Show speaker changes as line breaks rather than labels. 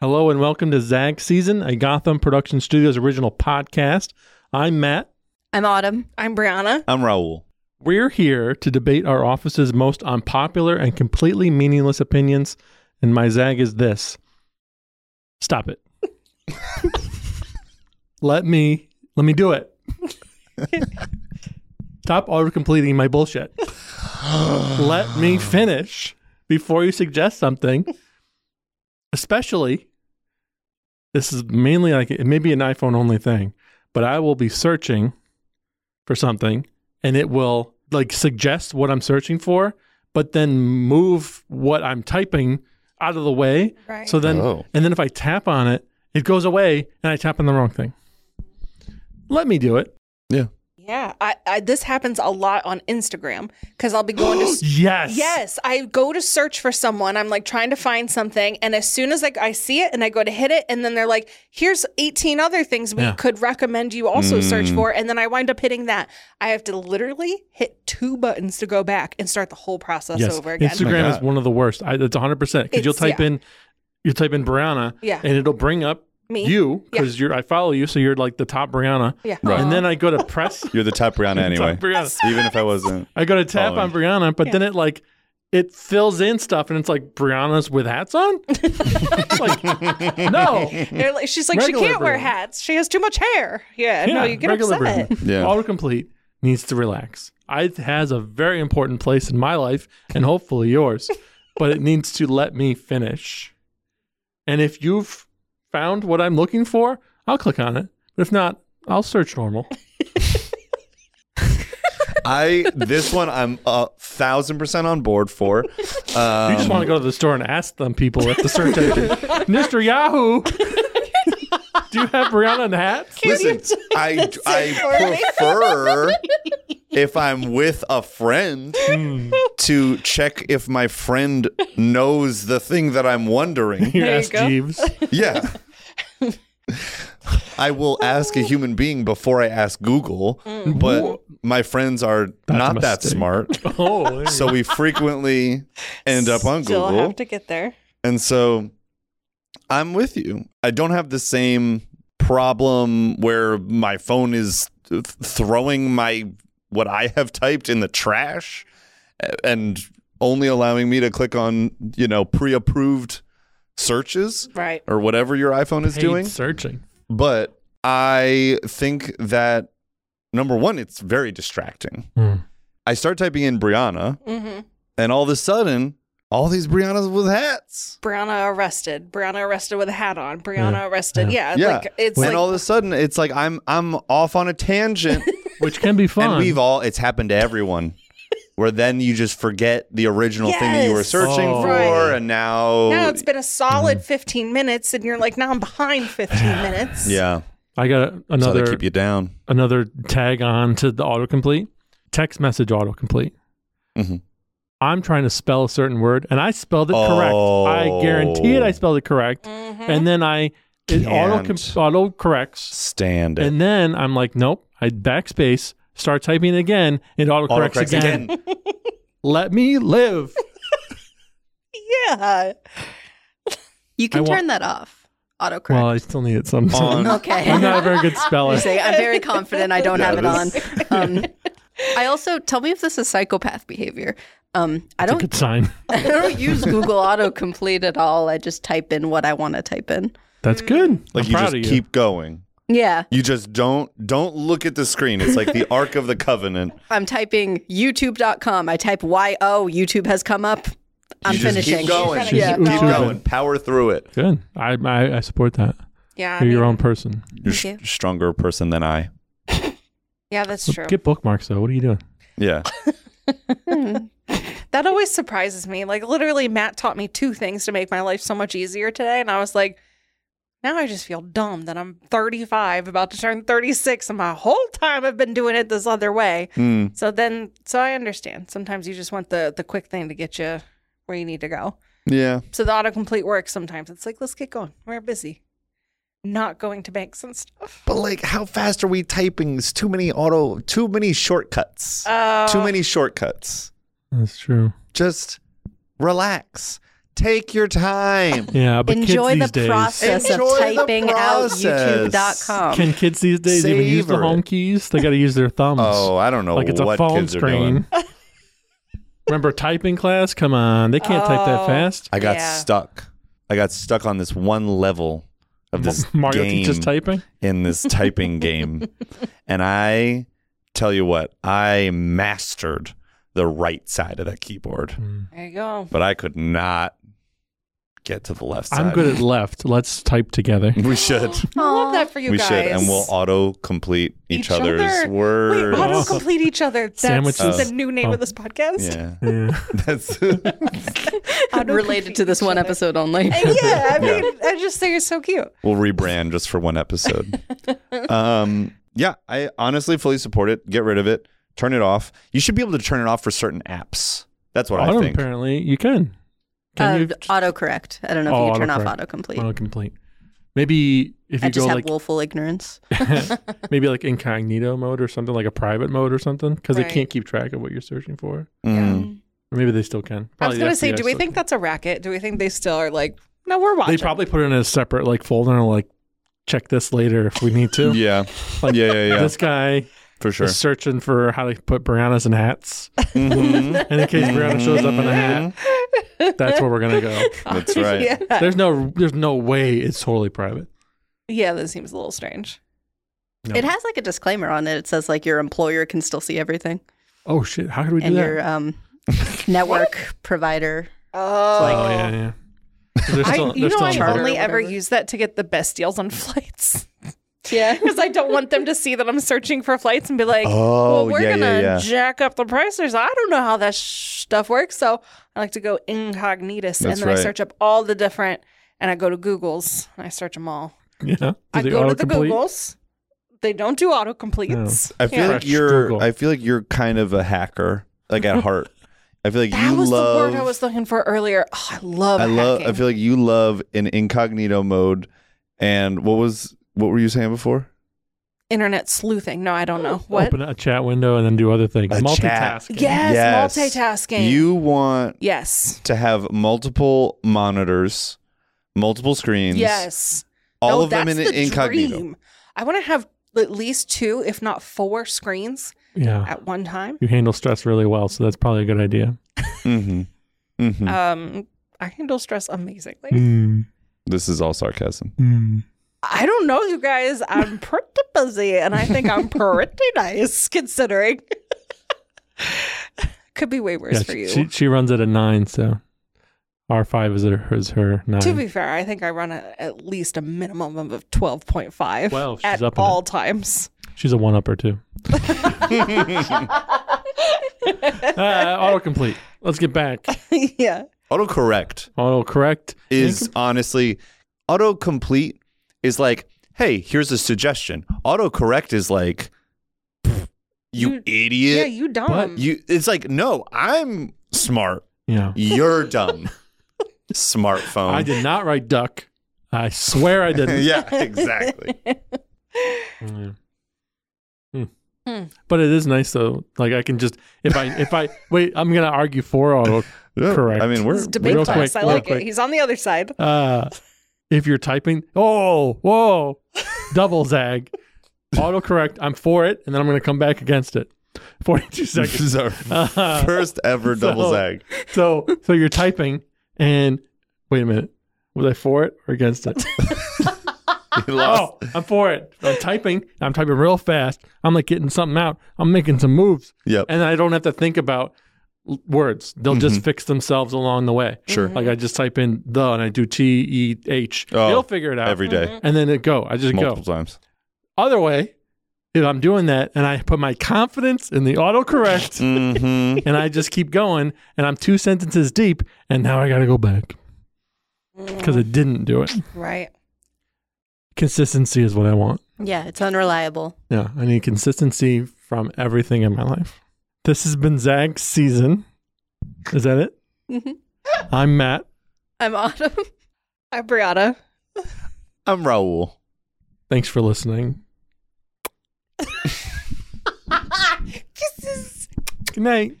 Hello and welcome to Zag Season, a Gotham Production Studios original podcast. I'm Matt.
I'm Autumn.
I'm Brianna.
I'm Raul.
We're here to debate our office's most unpopular and completely meaningless opinions, and my zag is this. Stop it. let me let me do it. Stop auto completing my bullshit. let me finish before you suggest something. Especially this is mainly like it may be an iPhone only thing, but I will be searching for something and it will like suggest what I'm searching for, but then move what I'm typing out of the way.
Right.
So then,
Oh.
and then if I tap on it, it goes away and I tap on the wrong thing. Let me do it.
yeah, I, I this happens a lot on Instagram because I'll be going to. s-
Yes.
Yes, I go to search for someone. I'm like trying to find something, and as soon as like I see it and I go to hit it, and then they're like, "Here's 18 other things we
Yeah.
could recommend you also search
Mm.
for," and then I wind up hitting that. I have to literally hit two buttons to go back and start the whole process
Yes.
over again.
Oh my
Instagram
God.
is one of the worst. I, it's 100 percent because you'll
It's-
type
yeah.
in, you type in Brianna,
Yeah.
and it'll bring up
Me.
you
Yeah.
because you're I follow you, so you're like the top Brianna.
Yeah.
Right.
And then I go to press
You're the top Brianna anyway.
top Brianna.
Even if I wasn't.
I go to tap
Following.
on Brianna, but then it like it fills in stuff, and it's like Brianna's with hats on. It's like no,
They're like- she's like,
Regular
she can't wear
Brianna.
hats. She has too much hair. Yeah, no, you get
regular
upset.
Brianna.
Yeah.
Autocomplete needs to relax. It has a very important place in my life and hopefully yours, but it needs to let me finish. And if you've found what I'm looking for, I'll click on it. But if not, I'll search normal.
I this one I'm a thousand percent on board for. Um, you
you just want to go to the store and ask them people at the search engine, Mr. Yahoo, do you have Brianna and hats?
listen. I I prefer if I'm with a friend to check if my friend knows the thing that I'm wondering.
You
There you
ask
go.
Jeeves.
Yeah. I will ask a human being before I ask Google, but my friends are not that
mistake.
smart.
Oh, there you
so we frequently end up on
Still
Google.
have to get there.
and so I'm with you. I don't have the same problem where my phone is th- throwing my what I have typed in the trash a- and only allowing me to click on, you know, pre-approved searches
Right.
or whatever your iPhone is
paid
doing.
searching.
But I think that number 1 it's very distracting. I start typing in Brianna
Mm-hmm.
and all of a sudden, all these Briannas with hats.
Brianna arrested. Brianna arrested with a hat on. Brianna
Yeah.
arrested. Yeah,
Yeah.
like it's
and
like
all of a sudden, it's like I'm I'm off on a tangent,
Which can be fun.
and we've all it's happened to everyone. Where then you just forget the original thing that you were
Yes.
searching
Oh.
for,
Right.
and now,
now it's been a solid
Mm-hmm.
15 minutes, and you're like, now I'm behind 15 minutes.
yeah,
I got a-
so
another
they keep you down.
another tag on to the autocomplete text message autocomplete.
Mhm.
I'm trying to spell a certain word and I spelled it correct. I guarantee it, I spelled it correct. And then I, it auto,
Can't.
auto corrects.
Stand it.
And then I'm like, nope, I backspace, start typing again, it auto corrects
Autocorrects
again. Let me live.
Yeah.
You
I
can
wa-
turn that off. Autocorrect.
Well, I still need it sometimes.
On-
okay.
I'm not a very good speller.
You're saying, I'm very confident I don't have it on.
Yeah,
Um, I also tell me if this is psychopath behavior. Um,
It's
I
a
don't.
good sign.
I don't use Google autocomplete at all. I just type in what I want to type in.
That's good.
Like
I'm
you
proud
just
of you.
keep going.
Yeah,
You just don't don't look at the screen. It's like the Ark of the Covenant.
I'm typing YouTube.com. I type Y O. YouTube has come up. I'm
you just
finishing.
Keep going.
She's
Yeah.
Keep
Uchu.
going. Power through it.
Good. I, I I support that.
Yeah. I
You're your
mean,
own person.
You're
Thank
sh- stronger person than I.
Yeah, that's true.
Get bookmarks though. What are you doing?
Yeah.
That always surprises me. Like, literally, Matt taught me two things to make my life so much easier today. And I was like, now I just feel dumb that I'm 35, about to turn 36, and my whole time I've been doing it this other way.
Hmm.
So then, so I understand. Sometimes you just want the the quick thing to get you where you need to go.
Yeah.
So the autocomplete works sometimes. It's like, let's get going. We're busy. Not going to banks and stuff.
But like, how fast are we typing? It's too many auto, too many shortcuts.
Uh,
too many shortcuts.
That's true.
Just relax. Take your time.
Yeah, but
Enjoy
kids these
the
days.
process
Enjoy
of
the
typing out
process.
YouTube.com.
Can kids these days even use the
Savor
home
it.
keys? They got to use their thumbs.
Oh, I don't know
like it's a
what
phone
kids are doing.
screen. Remember typing class? Come on, they can't type that
Oh.
fast.
I got
Yeah.
stuck. I got stuck on this one level of this
Mario
game
teaches typing.
in this typing game, and I tell you what, I mastered the right side of that keyboard,
Mm.
There you go.
but I could not get to the left side.
I'm good at left. Let's type together.
we should.
I love that for you
we
guys.
should, and we'll auto complete each,
Each
other's
other? Wait,
words.
auto complete each other. That's
Sandwiches.
the new name
Oh.
of this podcast.
yeah,
Yeah.
that's
Auto-complete
Related to this
each
one
other.
episode only.
yeah, I
Yeah.
mean, I just think it's so cute.
We'll rebrand just for one episode. um, yeah, I honestly fully support it. Get rid of it. Turn it off. You should be able to turn it off for certain apps. That's what I
Autumn,
think.
apparently you can.
Uh,
Can
autocorrect. I don't know if
Oh,
you turn off
autocorrect.
autocomplete.
you auto complete? Maybe if
I
you
just
go
have
like
willful ignorance.
maybe like incognito mode or something like a private mode or something because
Right.
they can't keep track of what you're searching for.
Mm.
Or maybe they still can.
I was
Probably the
gonna say,
FBI
do we
still
think
can.
that's a racket? Do we think they still are like, no, we're
they
watching.
probably put it in a separate like folder and like check this later if we need to?
Yeah.
Like,
yeah, yeah, yeah.
This guy
for sure.
is searching for how to put Brianna's in hats,
Mhm.
and in case Brianna shows up in a hat,
Mm-hmm.
that's where we're gonna go.
That's right.
yeah.
There's no, there's no way it's totally private.
yeah, that seems a little strange.
No.
It has like a disclaimer on it. It says like your employer can still see everything
Oh shit! How could we do
and
that?
your um, network provider.
Oh,
oh yeah, yeah. They're
I,
still,
you
they're
know,
still
I
in the
charter or
only ever
whatever.
use that to get the best deals on flights
Yeah.
because I don't want them to see that I'm searching for flights and be like,
Oh,
well, we're
yeah,
gonna
yeah, yeah.
jack up the prices. I don't know how that sh- stuff works, so I like to go incognitus, and
That's
then
right.
I search up all the different, and I go to Google's and I search them all.
Yeah. Do
I
they
go to the
autocomplete?
Googles. They don't do autocompletes.
I feel
Yeah.
like
Fresh
you're.
Google.
I feel like you're kind of a hacker, like at heart. I feel like
that
you
was
love.
the word I was looking for earlier. Oh, I love.
I love. I
hacking.
feel like you love an incognito mode. And what was what were you saying before?
internet sleuthing. No, I don't know what.
Open a chat window and then do other things.
A chat.
Multitasking.
yes,
Yes.
multitasking.
You want
yes,
to have multiple monitors, multiple screens.
yes.
All
No,
of them in
that's the
incognito.
dream. I want to have at least two, if not four, screens
Yeah.
at one time.
You handle stress really well, so that's probably a good idea.
hmm hmm
Um, I handle stress amazingly.
Mm,
this is all sarcasm.
mm.
I don't know, you guys. I'm pretty busy, and I think I'm pretty nice considering. Could be way worse
Yeah,
for you.
She, she runs at a nine, so R five is her is her nine.
To be fair, I think I run a, at least a minimum of 12.5
Well, she's
at
up in
all times.
She's a one upper too. Uh, autocomplete. Let's get back.
yeah.
Autocorrect
Autocorrect
is
Incom-
honestly autocomplete is like, hey, here's a suggestion. Autocorrect is like, pff, you, idiot.
Mm. yeah, you dumb.
But
you. It's like, no, I'm smart.
yeah.
You're dumb. Smartphone.
I did not write duck. I swear I didn't.
Oh. yeah, exactly.
Yeah. Hmm.
Hmm.
But it is nice though. Like I can just if I if I wait, I'm gonna argue for auto.
Yeah,
Correct.
I mean, we're
This is debate
real
class.
quick,
I
real
like
quick.
it. He's on the other side.
Uh, if you're typing, oh, whoa, double zag, autocorrect. I'm for it, and then I'm gonna come back against it. Forty-two
this
seconds.
is our
Uh,
first ever double
So-
zag.
so so you're typing, and wait a minute, was I for it or against it?
You lost.
oh, I'm for it. I'm typing. I'm typing real fast. I'm like getting something out. I'm making some moves,
Yep.
and I don't have to think about l- words. They'll just fix themselves along the way.
Mm-hmm. Sure.
Like I just type in the and I do T E H.
Oh,
It'll figure it out
Every day.
and then it go. I just uh, go.
multiple times.
Other way, if I'm doing that and I put my confidence in the autocorrect
Mm-hmm.
and I just keep going and I'm two sentences deep and now I got to go back because it didn't do it.
Right.
Consistency is what I want.
Yeah, it's unreliable.
Yeah, I need consistency from everything in my life. This has been Zag's season. Is that it?
Mhm.
I'm Matt.
I'm Autumn.
I'm Brianna.
I'm Raul.
Thanks for listening.
Kisses.
Good night.